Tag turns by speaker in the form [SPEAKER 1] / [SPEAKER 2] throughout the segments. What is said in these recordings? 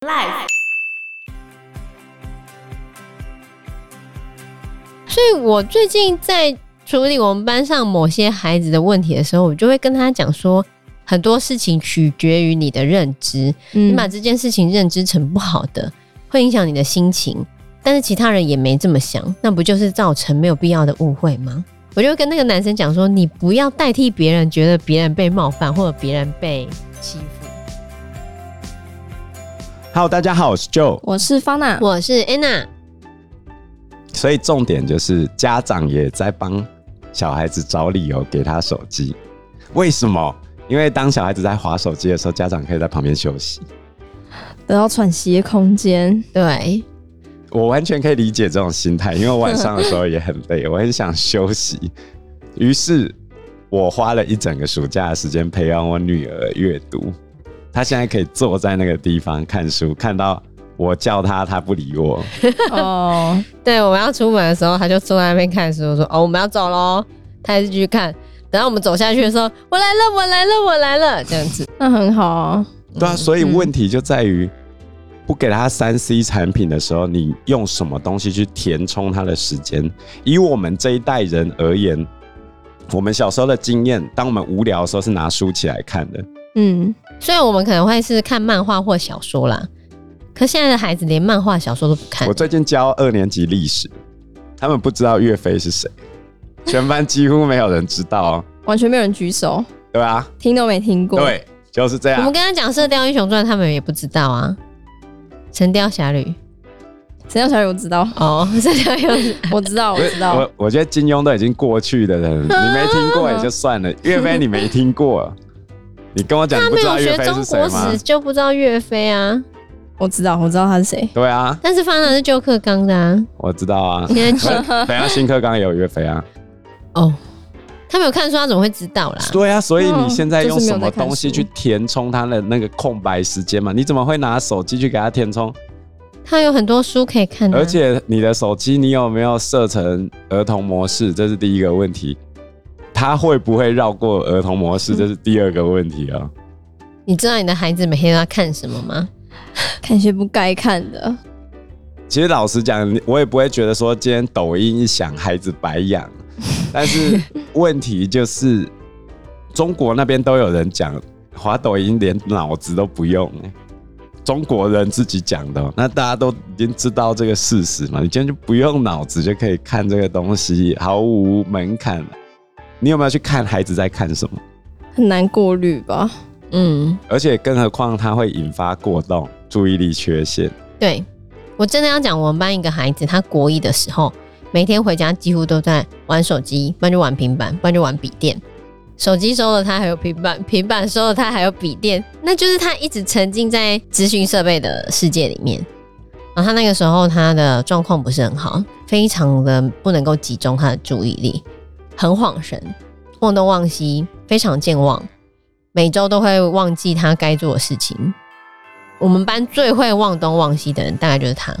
[SPEAKER 1] Life。
[SPEAKER 2] 所以我最近在处理我们班上某些孩子的问题的时候，我就会跟他讲说，很多事情取决于你的认知，你
[SPEAKER 3] 嗯
[SPEAKER 2] 把这件事情认知成不好的，会影响你的心情，但是其他人也没这么想，那不就是造成没有必要的误会吗？我就会跟那个男生讲说，你不要代替别人，觉得别人被冒犯或者别人被欺负。
[SPEAKER 4] Hello，大家好，我是 Joe。
[SPEAKER 3] 我是方娜，
[SPEAKER 2] 我是 Anna，
[SPEAKER 4] 所以重点就是家长也在帮小孩子找理由给他手机。为什么？因为当小孩子在划手机的时候，家长可以在旁边休息。
[SPEAKER 3] 得到喘息的空间。
[SPEAKER 2] 对，
[SPEAKER 4] 我完全可以理解这种心态，因为晚上的时候也很累， 我很想休息。于是，我花了一整个暑假的时间培养我女儿阅读。她现在可以坐在那个地方看书，看到我叫她，她不理我。
[SPEAKER 3] 哦，
[SPEAKER 2] 对，我们要出门的时候，他就坐在那边看书，我说：“哦，我们要走喽。”他还是继续看。等到我们走下去的时候，我来了，我来了，我来了，这样子。
[SPEAKER 3] 那很好啊。
[SPEAKER 4] 对啊，所以问题就在于不给他三 C 产品的时候，你用什么东西去填充他的时间？以我们这一代人而言，我们小时候的经验，当我们无聊的时候是拿书起来看的。
[SPEAKER 3] 嗯，
[SPEAKER 2] 虽然我们可能会是看漫画或小说啦，可现在的孩子连漫画、小说都不看
[SPEAKER 4] 我。最近教二年级历史，他们不知道岳飞是谁，全班几乎没有人知道、哦，
[SPEAKER 3] 完全没有人举手，
[SPEAKER 4] 对吧、啊？
[SPEAKER 3] 听都没听过。，
[SPEAKER 4] 对，就是这
[SPEAKER 2] 我们
[SPEAKER 4] 样。
[SPEAKER 2] 跟他讲《射雕英雄传》，他们也不知道啊。《神雕侠侣》
[SPEAKER 3] 谁叫小雨？我知道，
[SPEAKER 2] 哦，《神雕英 雄》
[SPEAKER 3] 我知道，我知道。
[SPEAKER 4] 我我觉得金庸都已经过去的 人，你没听过也就算了，岳飞你没听过，你跟我讲你
[SPEAKER 2] 他
[SPEAKER 4] 不
[SPEAKER 2] 没
[SPEAKER 4] 知
[SPEAKER 2] 有
[SPEAKER 4] 道岳
[SPEAKER 2] 学
[SPEAKER 4] 飞
[SPEAKER 2] 中
[SPEAKER 4] 是谁
[SPEAKER 2] 国
[SPEAKER 4] 吗
[SPEAKER 2] 史？就不知道岳飞啊。
[SPEAKER 3] 我知道，我知道他是谁。
[SPEAKER 4] 对啊，
[SPEAKER 2] 但是方南是旧课纲的啊，
[SPEAKER 4] 我知道啊。
[SPEAKER 2] 你看
[SPEAKER 4] 等一下新课纲也有岳飞啊，
[SPEAKER 2] 哦，他没有看书，他怎么会知道啦？
[SPEAKER 4] 对啊，所以你
[SPEAKER 3] 嗯
[SPEAKER 4] 现在
[SPEAKER 3] 就是没
[SPEAKER 4] 用
[SPEAKER 3] 有
[SPEAKER 4] 什么
[SPEAKER 3] 在看
[SPEAKER 4] 东西
[SPEAKER 3] 书
[SPEAKER 4] 去填充他的那个空白时间嘛？你怎么会拿手机去给他填充？
[SPEAKER 2] 他有很多书可以看、啊，
[SPEAKER 4] 而且你的手机你有没有设成儿童模式？这是第一个问题。他会不会绕过儿童模
[SPEAKER 2] 嗯
[SPEAKER 4] 式？这是第二个问题啊。
[SPEAKER 2] 你知道你的孩子每天都要看什么吗？
[SPEAKER 3] 看一些不该看的，
[SPEAKER 4] 其实老实讲，我也不会觉得说今天抖音一响，孩子白养。但是问题就是，中国那边都有人讲，滑抖音连脑子都不用、欸中国人自己讲的哦、那大家都已经知道这个事实嘛，你今天就不用脑子就可以看这个东西，毫无门槛。你有没有去看孩子在看什么？
[SPEAKER 3] 很难过滤吧？
[SPEAKER 2] 嗯，
[SPEAKER 4] 而且更何况它会引发过动、注意力缺陷。
[SPEAKER 2] 对我真的要讲，我们班一个孩子，他国一的时候，每天回家几乎都在玩手机，不然就玩平板，不然就玩笔电。手机收了他还有平板， 平板收了他还有笔电，那就是他一直沉浸在资讯设备的世界里面。然后他那个时候他的状况不是很好，非常的不能够集中他的注意力，很晃神，忘东忘西，非常健忘，每周都会忘记他该做的事情。我们班最会忘东忘西的人，大概就是他。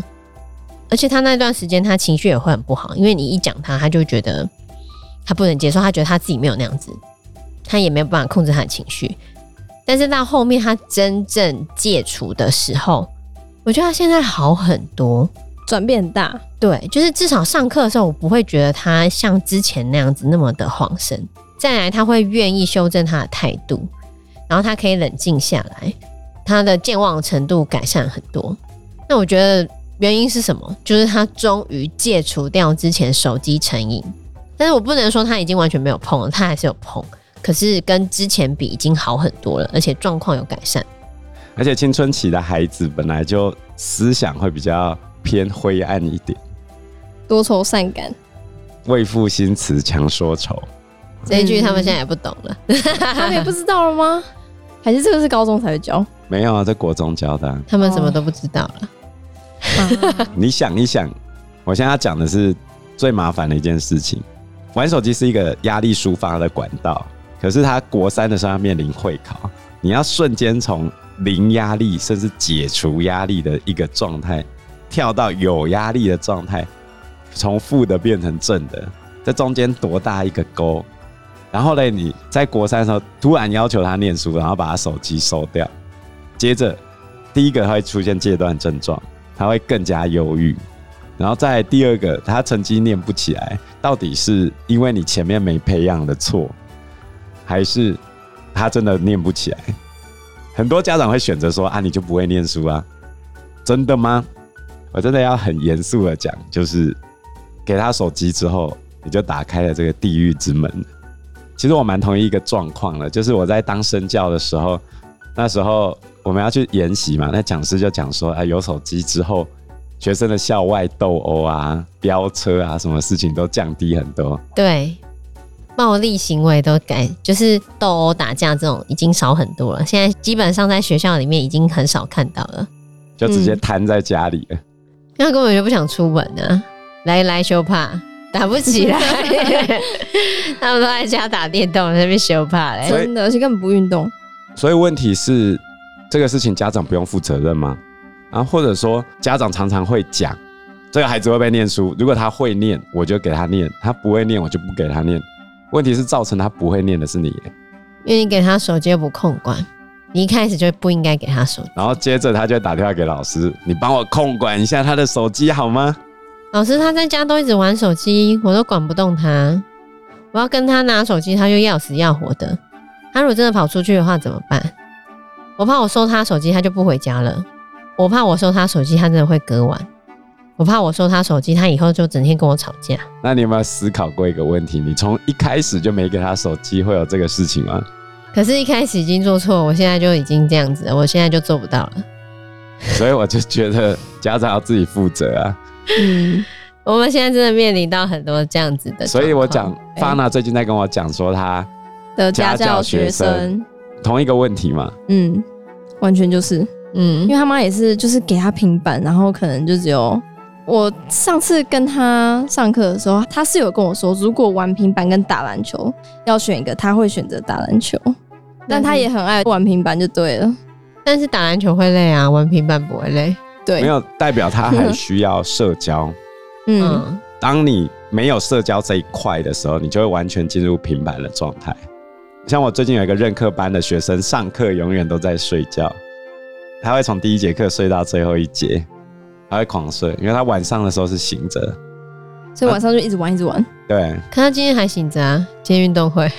[SPEAKER 2] 而且他那段时间，他情绪也会很不好，因为你一讲他，他就觉得他不能接受，他觉得他自己没有那样子，他也没有办法控制他的情绪。但是到后面他真正戒除的时候，我觉得他现在好很多。
[SPEAKER 3] 转变很大，
[SPEAKER 2] 对，就是至少上课的时候，我不会觉得他像之前那样子那么的慌神。再来，他会愿意修正他的态度，然后他可以冷静下来，他的健忘程度改善很多。那我觉得原因是什么？就是他终于戒除掉之前手机成瘾，但是我不能说他已经完全没有碰了，他还是有碰，可是跟之前比已经好很多了，而且状况有改善。
[SPEAKER 4] 而且青春期的孩子本来就思想会比较偏灰暗一点，
[SPEAKER 3] 多愁善 感。
[SPEAKER 4] 为赋新词强说愁。
[SPEAKER 2] 这一句他们现在也不懂了。
[SPEAKER 3] 他们也不知道了吗？还是这个是高中才会教？
[SPEAKER 4] 没有啊，这国中教的啊、
[SPEAKER 2] 他们什么都不知道了。
[SPEAKER 4] 你想一想，我现在要讲的是最麻烦的一件事情。玩手机是一个压力抒发的管道，可是他国三的时候要面临会考，你要瞬间从零压力甚至解除压力的一个状态，跳到有压力的状态，从负的变成正的，这中间多大一个沟？然后嘞，你在国三的时候突然要求他念书，然后把他手机收掉，接着第第一个他会出现戒断症状，他会更加忧郁。然后再来第二个，他成绩念不起来，到底是因为你前面没培养的错，还是他真的念不起来？很多家长会选择说啊，你就不会念书啊？真的吗？我真的要很严肃的讲，就是给他手机之后，你就打开了这个地狱之门。其实我蛮同意一个状况的，就是我在当身教的时候，那时候我们要去研习嘛，那讲师就讲说啊，有手机之后，学生的校外斗殴啊、飙车啊，什么事情都降低很多。
[SPEAKER 2] 对，暴力行为都改，就是斗殴、打架这种已经少很多了。现在基本上在学校里面已经很少看到了，
[SPEAKER 4] 就直接瘫在家里了。
[SPEAKER 2] 因为他根本就不想出门啊，来来修怕。打不起来，他们都在家打电动，在那边修怕嘞。
[SPEAKER 4] 所以
[SPEAKER 3] 真的，而且根本不运动。
[SPEAKER 4] 所以问题是，这个事情家长不用负责任吗？啊，或者说家长常常会讲，这个孩子会不会念书？如果他会念，我就给他念；他不会念，我就不给他念。问题是造成他不会念的是你耶，
[SPEAKER 2] 因为你给他手机又不控管，你一开始就不应该给他手机。
[SPEAKER 4] 然后接着他就会打电话给老师，你帮我控管一下他的手机好吗？
[SPEAKER 2] 老师他在家都一直玩手机，我都管不动他。我要跟他拿手机，他就要死要活的。他如果真的跑出去的话怎么办？我怕我收他手机，他就不回家了。我怕我收他手机，他真的会割腕。我怕我收他手机，他以后就整天跟我吵架。
[SPEAKER 4] 那你有没有思考过一个问题？你从一开始就没给他手机，会有这个事情吗？
[SPEAKER 2] 可是，一开始已经做错，我现在就已经这样子了，我现在就做不到了。
[SPEAKER 4] 所以我就觉得家长要自己负责啊。
[SPEAKER 3] 嗯，
[SPEAKER 2] 我们现在真的面临到很多这样子的，
[SPEAKER 4] 所以我讲，发娜最近在跟我讲说他
[SPEAKER 3] 的家
[SPEAKER 4] 家教
[SPEAKER 3] 教
[SPEAKER 4] 学
[SPEAKER 3] 学
[SPEAKER 4] 生
[SPEAKER 3] 生，
[SPEAKER 4] 同一个问题嘛，
[SPEAKER 3] 嗯，完全就是。
[SPEAKER 2] 嗯
[SPEAKER 3] 因为他妈也是，就是给他平板，然后可能就只有我上次跟他上课的时候，他是有跟我说，如果玩平板跟打篮球要选一个，他会选择打篮球，但他也很爱玩平板就对了。
[SPEAKER 2] 但是打篮球会累啊，玩平板不会累。
[SPEAKER 3] 对，
[SPEAKER 4] 没有代表他还需要社交。
[SPEAKER 3] 嗯，
[SPEAKER 2] 嗯，
[SPEAKER 4] 当你没有社交这一块的时候，你就会完全进入平板的状态。像我最近有一个任课班的学生，上课永远都在睡觉，他会从第一节课睡到最后一节，他会狂睡，因为他晚上的时候是醒着。
[SPEAKER 3] 所以晚上就一直玩，一直玩。
[SPEAKER 4] 对
[SPEAKER 2] 可他今天还醒着啊，今天运动会。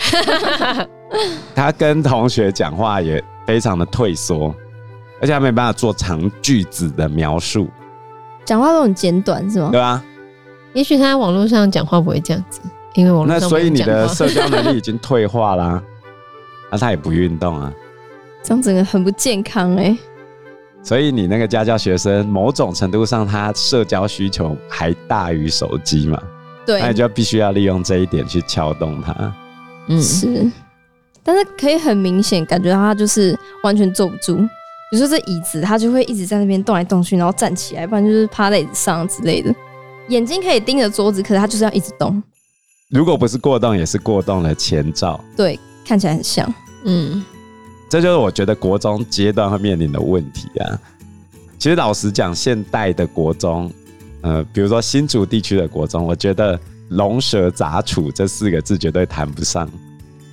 [SPEAKER 4] 他跟同学讲话也非常的退缩，而且他没办法做长句子的描述，
[SPEAKER 3] 讲话都很简短，是吗
[SPEAKER 4] 对？吧、
[SPEAKER 2] 也许他在网络上讲话不会哦这样子，因为网络
[SPEAKER 4] 那
[SPEAKER 2] 上
[SPEAKER 4] 所以
[SPEAKER 2] 不
[SPEAKER 4] 你
[SPEAKER 2] 用讲
[SPEAKER 4] 的
[SPEAKER 2] 话
[SPEAKER 4] 社交能力已经退化啦、 那他也不运动啊，
[SPEAKER 3] 这样整个很不健康哎、
[SPEAKER 4] 所以你那个家教学生，某种程度上他社交需求还大于手机嘛，那你
[SPEAKER 3] 对，
[SPEAKER 4] 就必须要利用这一点去撬动他。
[SPEAKER 2] 嗯，
[SPEAKER 3] 是，但是可以很明显感觉到他就是完全坐不住。比如说这椅子，他就会一直在那边动来动去，然后站起来，不然就是趴在椅子上之类的。眼睛可以盯着桌子，可是他就是要一直动。
[SPEAKER 4] 如果不是过动，也是过动的前兆。
[SPEAKER 3] 对，看起来很像。
[SPEAKER 2] 嗯，
[SPEAKER 4] 这就是我觉得国中阶段会面临的问题啊。其实老实讲，现代的国中，呃，比如说新竹地区的国中，我觉得“龙蛇杂处”这四个字绝对谈不上，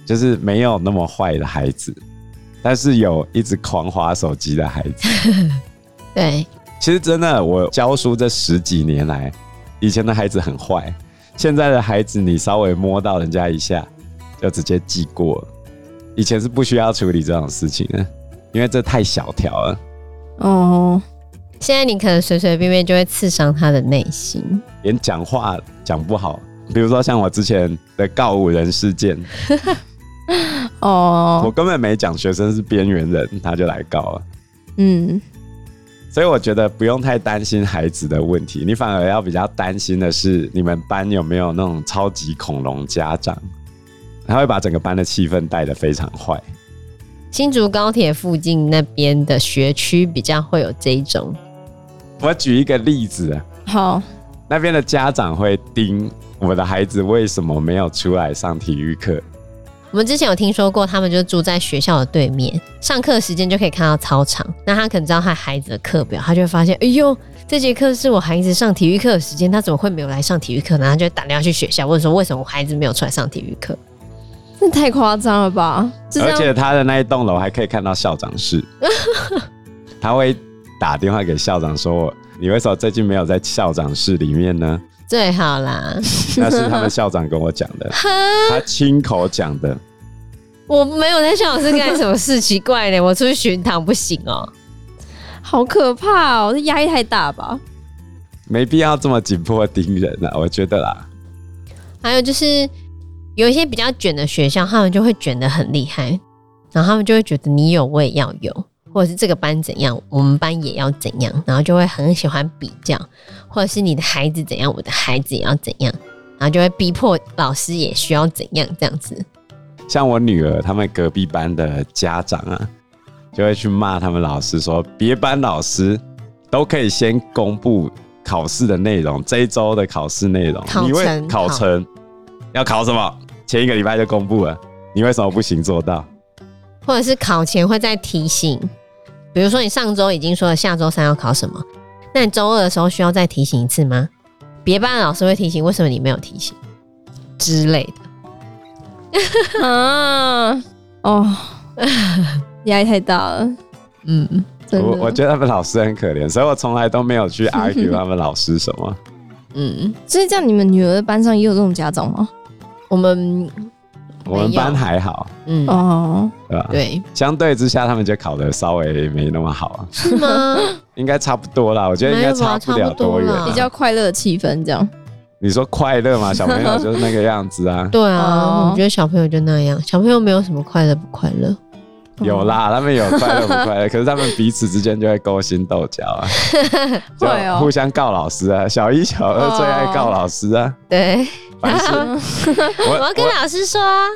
[SPEAKER 4] 就是没有那么坏的孩子，但是有一直狂滑手机的孩子。
[SPEAKER 2] 对，
[SPEAKER 4] 其实真的，我教书这十几年来，以前的孩子很坏，现在的孩子你稍微摸到人家一下，就直接记过了。以前是不需要处理这种事情的，因为这太小条了，
[SPEAKER 3] 哦，
[SPEAKER 2] 现在你可能随随便便就会刺伤他的内心，
[SPEAKER 4] 连讲话讲不好。比如说像我之前的告五人事件，我
[SPEAKER 3] 哦，
[SPEAKER 4] 根本没讲学生是边缘人，他就来告了。
[SPEAKER 3] 嗯，
[SPEAKER 4] 所以我觉得不用太担心孩子的问题，你反而要比较担心的是你们班有没有那种超级恐龙家长，他会把整个班的气氛带得非常坏。
[SPEAKER 2] 新竹高铁附近那边的学区比较会有这一种，
[SPEAKER 4] 我举一个例子啊，
[SPEAKER 3] 好，
[SPEAKER 4] 那边的家长会盯我的孩子为什么没有出来上体育课，
[SPEAKER 2] 我们之前有听说过，他们就住在学校的对面，上课时间就可以看到操场。那他可能知道他孩子的课表，他就会发现，哎呦，这节课是我孩子上体育课的时间，他怎么会没有来上体育课呢？然后他就会打电话去学校问说，为什么我孩子没有出来上体育课？
[SPEAKER 3] 那太夸张了吧？就这
[SPEAKER 4] 而
[SPEAKER 3] 样，
[SPEAKER 4] 且他的那一栋楼还可以看到校长室，他会打电话给校长说我，你为什么最近没有在校长室里面呢？
[SPEAKER 2] 最好啦。
[SPEAKER 4] 那是他们校长跟我讲的，他亲口讲的。
[SPEAKER 2] 我没有在校老师干什么事，奇怪呢？我出去巡堂不行哦、
[SPEAKER 3] 好可怕哦，这压力太大 吧？
[SPEAKER 4] 没必要这么紧迫盯人啊，我觉得啦。
[SPEAKER 2] 还有就是有一些比较卷的学校，他们就会卷得很厉害，然后他们就会觉得你有我也要有，或者是这个班怎样，我们班也要怎样，然后就会很喜欢比较，或者是你的孩子怎样，我的孩子也要怎样，然后就会逼迫老师也需要怎样这样子。
[SPEAKER 4] 像我女儿他们隔壁班的家长啊，就会去骂他们老师说，别班老师都可以先公布考试的内容，这一周的考试内容，
[SPEAKER 2] 考
[SPEAKER 4] 你为
[SPEAKER 2] 程
[SPEAKER 4] 考
[SPEAKER 2] 好
[SPEAKER 4] 程要考什么，前一个礼拜就公布了，你为什么不行做到？
[SPEAKER 2] 或者是考前会再提醒，比如说你上周已经说了下周三要考什么，那你周二的时候需要再提醒一次吗？别班的老师会提醒，为什么你没有提醒之类的？
[SPEAKER 3] 啊， 哦，压力太大了，
[SPEAKER 2] 嗯，
[SPEAKER 3] 真
[SPEAKER 4] 我我
[SPEAKER 3] 的。
[SPEAKER 4] 觉得他们老师很可怜，所以我从来都没有去 argue 他们老师什么。
[SPEAKER 3] 嗯，所以这样你们女儿的班上也有这种家长吗？
[SPEAKER 2] 我们
[SPEAKER 4] 我们班还好，
[SPEAKER 2] 嗯、
[SPEAKER 3] 哦，
[SPEAKER 4] 对吧？
[SPEAKER 2] 对，
[SPEAKER 4] 相对之下，他们就考得稍微没那么好啊，
[SPEAKER 2] 是吗？
[SPEAKER 4] 应该差不多啦。我觉得应
[SPEAKER 2] 没
[SPEAKER 4] 该
[SPEAKER 2] 有吧
[SPEAKER 4] 差不了多远啊、
[SPEAKER 2] 差不多啦。
[SPEAKER 3] 比较快乐的气氛这样。
[SPEAKER 4] 你说快乐嘛，小朋友就是那个样子啊
[SPEAKER 2] 对啊，
[SPEAKER 3] 哦
[SPEAKER 2] 我觉得小朋友就那样，小朋友没有什么快乐不快乐。
[SPEAKER 4] 有啦，他们有快乐不快乐，可是他们彼此之间就会勾心斗角啊，就
[SPEAKER 3] 会哦
[SPEAKER 4] 互相告老师啊。小一、小二最爱告老师啊，
[SPEAKER 2] 对，
[SPEAKER 4] 凡是我
[SPEAKER 2] 我要跟
[SPEAKER 4] 我
[SPEAKER 2] 老师说啊，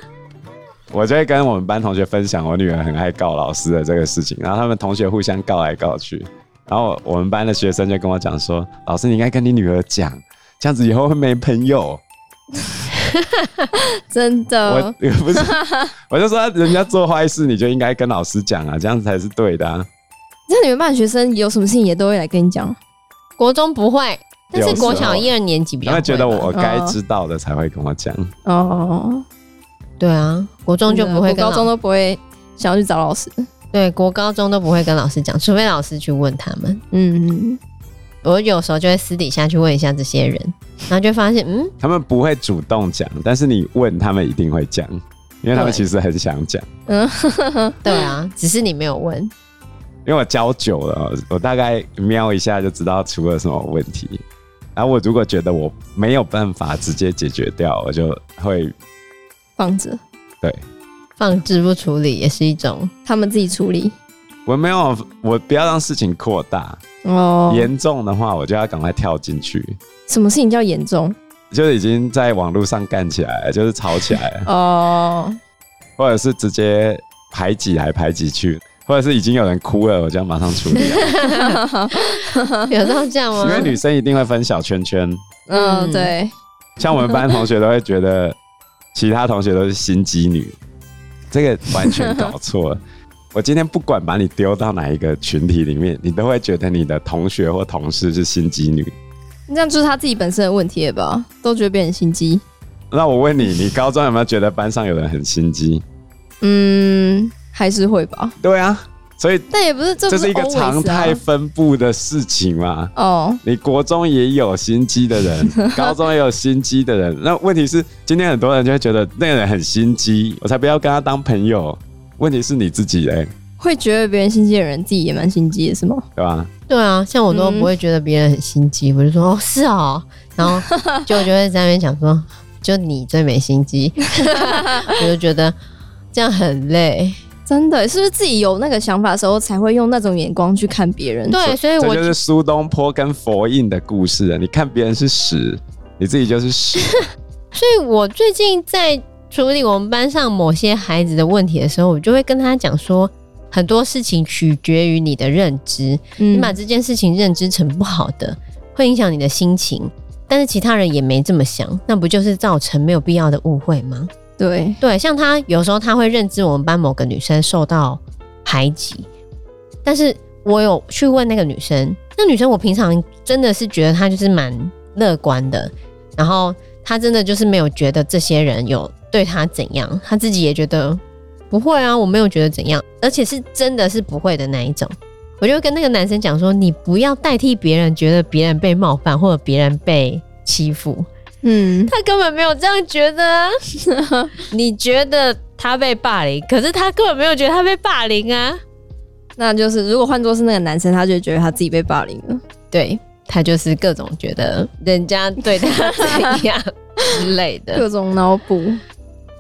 [SPEAKER 4] 我就会跟我们班同学分享我女儿很爱告老师的这个事情，然后他们同学互相告来告去，然后我们班的学生就跟我讲说：“老师，你应该跟你女儿讲，这样子以后会没朋友。
[SPEAKER 3] 真
[SPEAKER 2] 呃
[SPEAKER 3] 的
[SPEAKER 4] 我 不是，我就说人家做坏事你就应该跟老师讲啊，这样子才是对的啊。
[SPEAKER 3] 那你们班的学生有什么事情也都会来跟你讲，
[SPEAKER 2] 国中不会，但是
[SPEAKER 4] 有时候
[SPEAKER 2] 国小一二年级比较
[SPEAKER 4] 哦他
[SPEAKER 2] 会
[SPEAKER 4] 们觉得
[SPEAKER 2] 吧嗯
[SPEAKER 4] 我该知道的才会跟我讲。
[SPEAKER 3] 哦，
[SPEAKER 2] 对啊，国中就不会跟
[SPEAKER 3] 国
[SPEAKER 2] 老
[SPEAKER 3] 高中都不会想要去找老师，
[SPEAKER 2] 对国高中都不会跟老师讲，除非老师去问他们。
[SPEAKER 3] 嗯，
[SPEAKER 2] 我有时候就会私底下去问一下这些人，然后就发现，嗯，
[SPEAKER 4] 他们不会主动讲，但是你问他们一定会讲，因为他
[SPEAKER 2] 对
[SPEAKER 4] 们其实很想讲。
[SPEAKER 2] 对啊，只是你没有问。
[SPEAKER 4] 因为我教久了，我大概瞄一下就知道出了什么问题。然后我如果觉得我没有办法直接解决掉，我就会
[SPEAKER 3] 放着
[SPEAKER 4] 对
[SPEAKER 2] 放置不处理也是一种，
[SPEAKER 3] 他们自己处理，
[SPEAKER 4] 我没有，我不要让事情扩大。
[SPEAKER 3] 哦，
[SPEAKER 4] 严重的话，我就要赶快跳进去，
[SPEAKER 3] 什么事情叫严重？
[SPEAKER 4] 就是已经在网络上干起来了，就是吵起来了，
[SPEAKER 3] 哦，
[SPEAKER 4] 或者是直接排挤来排挤去，或者是已经有人哭了，我就要马上处理 啊。
[SPEAKER 2] 有到这样吗啊
[SPEAKER 4] 因？为女生一定会分小圈圈，
[SPEAKER 3] 嗯，
[SPEAKER 2] 嗯
[SPEAKER 3] 对，
[SPEAKER 4] 像我们班同学都会觉得其他同学都是心机女，这个完全搞错了。我今天不管把你丢到哪一个群体里面，你都会觉得你的同学或同事是心机女。
[SPEAKER 3] 那这样就是他自己本身的问题了吧？都觉得别人心机，
[SPEAKER 4] 那我问你，你高中有没有觉得班上有人很心机？
[SPEAKER 3] 嗯，还是会吧，
[SPEAKER 4] 对啊，所以
[SPEAKER 3] 但也不是，这不
[SPEAKER 4] 这是一个
[SPEAKER 3] always 啊
[SPEAKER 4] 常态分布的事情嘛。
[SPEAKER 3] 哦，
[SPEAKER 4] 你国中也有心机 的人，高中也有心机的人。那问题是，今天很多人就会觉得那个人很心机，我才不要跟他当朋友。问题是你自己嘞，
[SPEAKER 3] 会觉得别人心机的人自己也蛮心机的，是吗？
[SPEAKER 4] 对吧？
[SPEAKER 2] 对啊，像我都
[SPEAKER 3] 嗯
[SPEAKER 2] 不会觉得别人很心机，我就说哦是哦，然后就我就会在那边讲说， 就你最没心机，我就觉得这样很 累。
[SPEAKER 3] 真的，是不是自己有那个想法的时候，才会用那种眼光去看别人？
[SPEAKER 2] 对，所以
[SPEAKER 4] 这
[SPEAKER 2] 我
[SPEAKER 4] 就是苏东坡跟佛印的故事了。你看别人是屎，你自己就是屎。
[SPEAKER 2] 所以我最近在处理我们班上某些孩子的问题的时候，我就会跟他讲说，很多事情取决于你的认知，
[SPEAKER 3] 嗯
[SPEAKER 2] 你把这件事情认知成不好的，会影响你的心情。但是其他人也没这么想，那不就是造成没有必要的误会吗？
[SPEAKER 3] 对，
[SPEAKER 2] 对，像他有时候他会认知我们班某个女生受到排挤，但是我有去问那个女生，那女生我平常真的是觉得她就是蛮乐观的，然后她真的就是没有觉得这些人有对她怎样，她自己也觉得不会啊，我没有觉得怎样，而且是真的是不会的那一种。我就跟那个男生讲说，你不要代替别人，觉得别人被冒犯或者别人被欺负，
[SPEAKER 3] 嗯，
[SPEAKER 2] 他根本没有这样觉得啊。你觉得他被霸凌，可是他根本没有觉得他被霸凌啊。
[SPEAKER 3] 那就是如果换作是那个男生，他就会觉得他自己被霸凌了。
[SPEAKER 2] 对他就是各种觉得人家对他怎样之类的，
[SPEAKER 3] 各种脑补，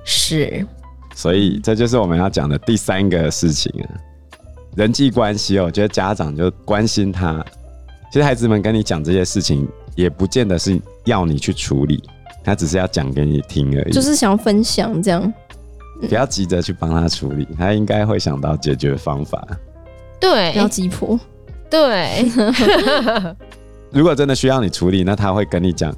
[SPEAKER 2] 是
[SPEAKER 4] 所以这就是我们要讲的第三个事情啊，人际关系哦。我觉得家长就关心他，其实孩子们跟你讲这些事情，也不见得是要你去处理，他只是要讲给你听而已。
[SPEAKER 3] 就是想要分享这样。
[SPEAKER 4] 不要急着去帮他处理，他应该会想到解决方法。
[SPEAKER 2] 对
[SPEAKER 3] 不要急迫，
[SPEAKER 2] 对，
[SPEAKER 4] 如果真的需要你处理，那他会跟你讲，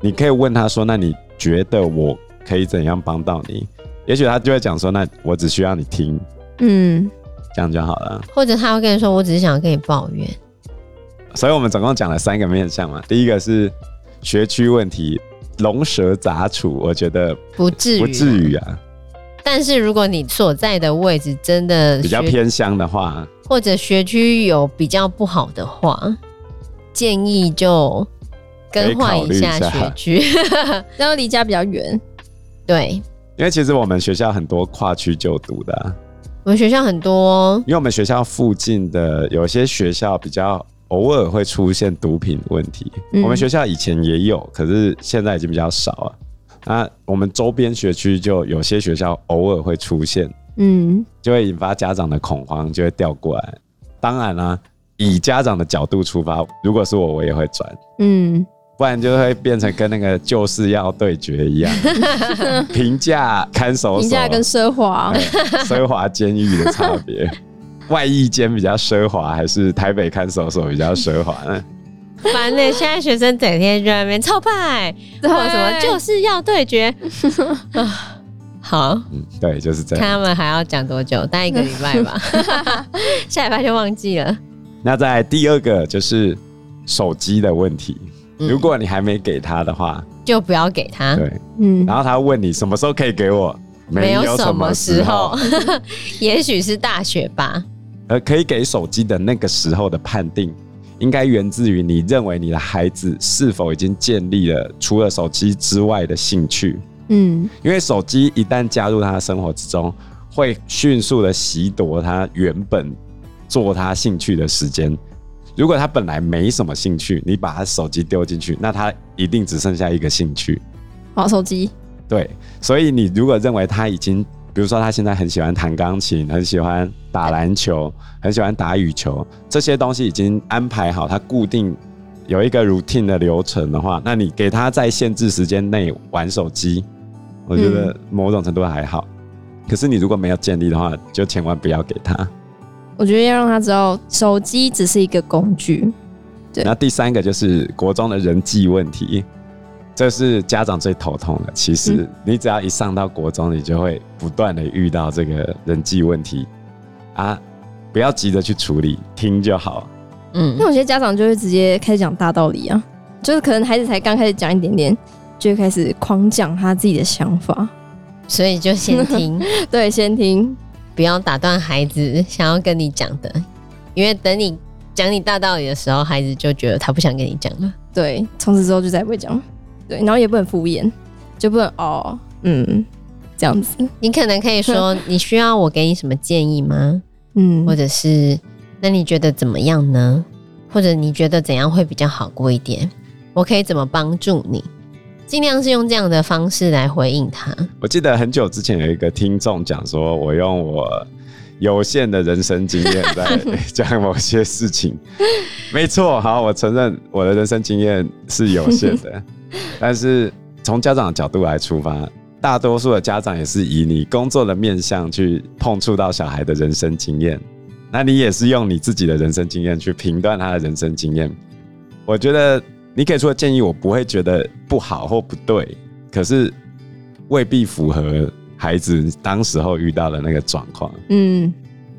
[SPEAKER 4] 你可以问他说：“那你觉得我可以怎样帮到你？”也许他就会讲说：“那我只需要你听，
[SPEAKER 3] 嗯，
[SPEAKER 4] 这样就好了。”
[SPEAKER 2] 或者他会跟你说，我只是想跟你抱怨。
[SPEAKER 4] 所以我们总共讲了三个面向嘛。第一个是学区问题，龙蛇杂处，我觉得
[SPEAKER 2] 不至于，
[SPEAKER 4] 不至于啊。
[SPEAKER 2] 但是如果你所在的位置真的
[SPEAKER 4] 比较
[SPEAKER 2] 嗯学，
[SPEAKER 4] 偏乡的话，
[SPEAKER 2] 或者学区有比较不好的话，建议就更换一下
[SPEAKER 4] 可以考
[SPEAKER 2] 学区。
[SPEAKER 3] 然后离家比较远，
[SPEAKER 2] 对，
[SPEAKER 4] 因为其实我们学校很多跨区就读的啊、
[SPEAKER 2] 我们学校很多
[SPEAKER 4] 因为我们学校附近的有些学校比较偶尔会出现毒品问题，
[SPEAKER 3] 嗯
[SPEAKER 4] 我们学校以前也有，可是现在已经比较少了。那我们周边学区就有些学校偶尔会出现，
[SPEAKER 3] 嗯，
[SPEAKER 4] 就会引发家长的恐慌，就会调过来。当然啦、以家长的角度出发，如果是我，我也会转，
[SPEAKER 3] 嗯，
[SPEAKER 4] 不然就会变成跟那个旧式要对决一样，评价看守所、
[SPEAKER 3] 评价跟奢华
[SPEAKER 4] 哎，奢华监狱的差别。外役监比较奢华，还是台北看守所比较奢华呢？
[SPEAKER 2] 烦的、现在学生整天就在那边臭派，或
[SPEAKER 3] 对啊
[SPEAKER 2] 者什么
[SPEAKER 3] 哎
[SPEAKER 2] 就是要对决。啊好，
[SPEAKER 4] 嗯，对，就是这
[SPEAKER 2] 看
[SPEAKER 4] 样。
[SPEAKER 2] 他们还要讲多久，大概一个礼拜吧，下礼拜就忘记了。
[SPEAKER 4] 那在第二个就是手机的问题，
[SPEAKER 2] 嗯啊
[SPEAKER 4] 如果你还没给他的话，
[SPEAKER 2] 就不要给他，
[SPEAKER 4] 对，
[SPEAKER 3] 嗯，
[SPEAKER 4] 然后他问你什么时候可以给我，
[SPEAKER 2] 没有
[SPEAKER 4] 有
[SPEAKER 2] 什么时候
[SPEAKER 4] 候，
[SPEAKER 2] 也许是大学吧。
[SPEAKER 4] 呃，可以给手机的那个时候的判定，应该源自于你认为你的孩子是否已经建立了除了手机之外的兴趣，
[SPEAKER 3] 嗯
[SPEAKER 4] 因为手机一旦加入他的生活之中，会迅速的吸夺他原本做他兴趣的时间。如果他本来没什么兴趣，你把他手机丢进去，那他一定只剩下一个兴趣。
[SPEAKER 3] 划手机，
[SPEAKER 4] 对，所以你如果认为他已经，比如说他现在很喜欢弹钢琴，很喜欢打篮球，很喜欢打羽球，这些东西已经安排好，他固定有一个 routine 的流程的话，那你给他在限制时间内玩手机，我觉得某种程度还好。可是你如果没有建立的话，就千万不要给他。
[SPEAKER 3] 我觉得要让他知道手机只是一个工具，对
[SPEAKER 4] 那第三个就是国中的人际问题，这是家长最头痛的。其实
[SPEAKER 3] 嗯
[SPEAKER 4] 你只要一上到国中，你就会不断的遇到这个人际问题啊，不要急着去处理，听就好。
[SPEAKER 2] 嗯
[SPEAKER 3] 那，我觉得家长就会直接开始讲大道理啊，就是可能孩子才刚开始讲一点点，就会开始狂讲他自己的想法。
[SPEAKER 2] 所以就先听，
[SPEAKER 3] 对，先听，
[SPEAKER 2] 不要打断孩子想要跟你讲的，因为等你讲你大道理的时候，孩子就觉得他不想跟你讲了。
[SPEAKER 3] 对，从此之后就再也不会讲，对，然后也不能敷衍，就不能哦，嗯，这样子，
[SPEAKER 2] 你可能可以说：“你需要我给你什么建议吗？”
[SPEAKER 3] 嗯，
[SPEAKER 2] 或者是“那你觉得怎么样呢？”或者“你觉得怎样会比较好过一点？我可以怎么帮助你？”尽量是用这样的方式来回应他。
[SPEAKER 4] 我记得很久之前有一个听众讲说，我用我有限的人生经验在讲某些事情。没错，好，我承认我的人生经验是有限的，但是从家长的角度来出发，大多数的家长也是以你工作的面向去碰触到小孩的人生经验，那你也是用你自己的人生经验去评断他的人生经验。我觉得你给出的建议，我不会觉得不好或不对，可是未必符合孩子当时候遇到的那个状况。
[SPEAKER 3] 嗯，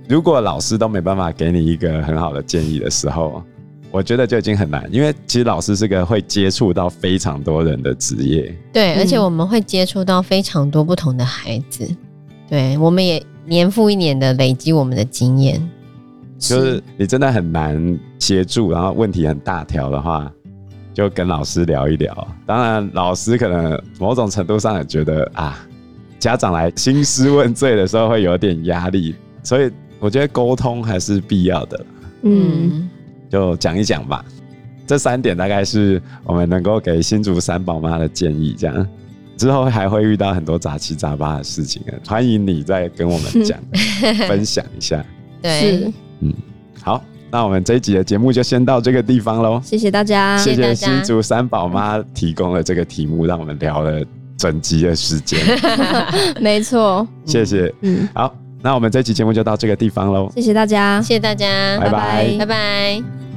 [SPEAKER 4] 如果老师都没办法给你一个很好的建议的时候，我觉得就已经很难，因为其实老师是个会接触到非常多人的职业。
[SPEAKER 2] 对，
[SPEAKER 3] 嗯
[SPEAKER 2] 而且我们会接触到非常多不同的孩子，对，我们也年复一年的累积我们的经验，
[SPEAKER 4] 就是你真的很难协助，然后问题很大条的话，就跟老师聊一聊。当然，老师可能某种程度上也觉得啊，家长来兴师问罪的时候会有点压力，所以我觉得沟通还是必要的啦，
[SPEAKER 3] 嗯，
[SPEAKER 4] 就讲一讲吧。这三点大概是我们能够给新竹三宝妈的建议，这样。之后还会遇到很多杂七杂八的事情啊，欢迎你再跟我们 讲分享一下。
[SPEAKER 2] 对
[SPEAKER 3] 是，，
[SPEAKER 4] 好，那我们这一集的节目就先到这个地方喽。
[SPEAKER 3] 谢谢大家，
[SPEAKER 4] 谢
[SPEAKER 2] 谢
[SPEAKER 4] 谢
[SPEAKER 2] 大家
[SPEAKER 4] 新竹三宝妈提供了这个题目，让我们聊了整集的时间。
[SPEAKER 3] 没错，
[SPEAKER 4] 谢谢。
[SPEAKER 3] 嗯，
[SPEAKER 4] 好，那我们这期节目就到这个地方喽。
[SPEAKER 3] 谢谢大家，
[SPEAKER 2] 谢谢大家，
[SPEAKER 4] 拜
[SPEAKER 3] 拜
[SPEAKER 2] 拜拜。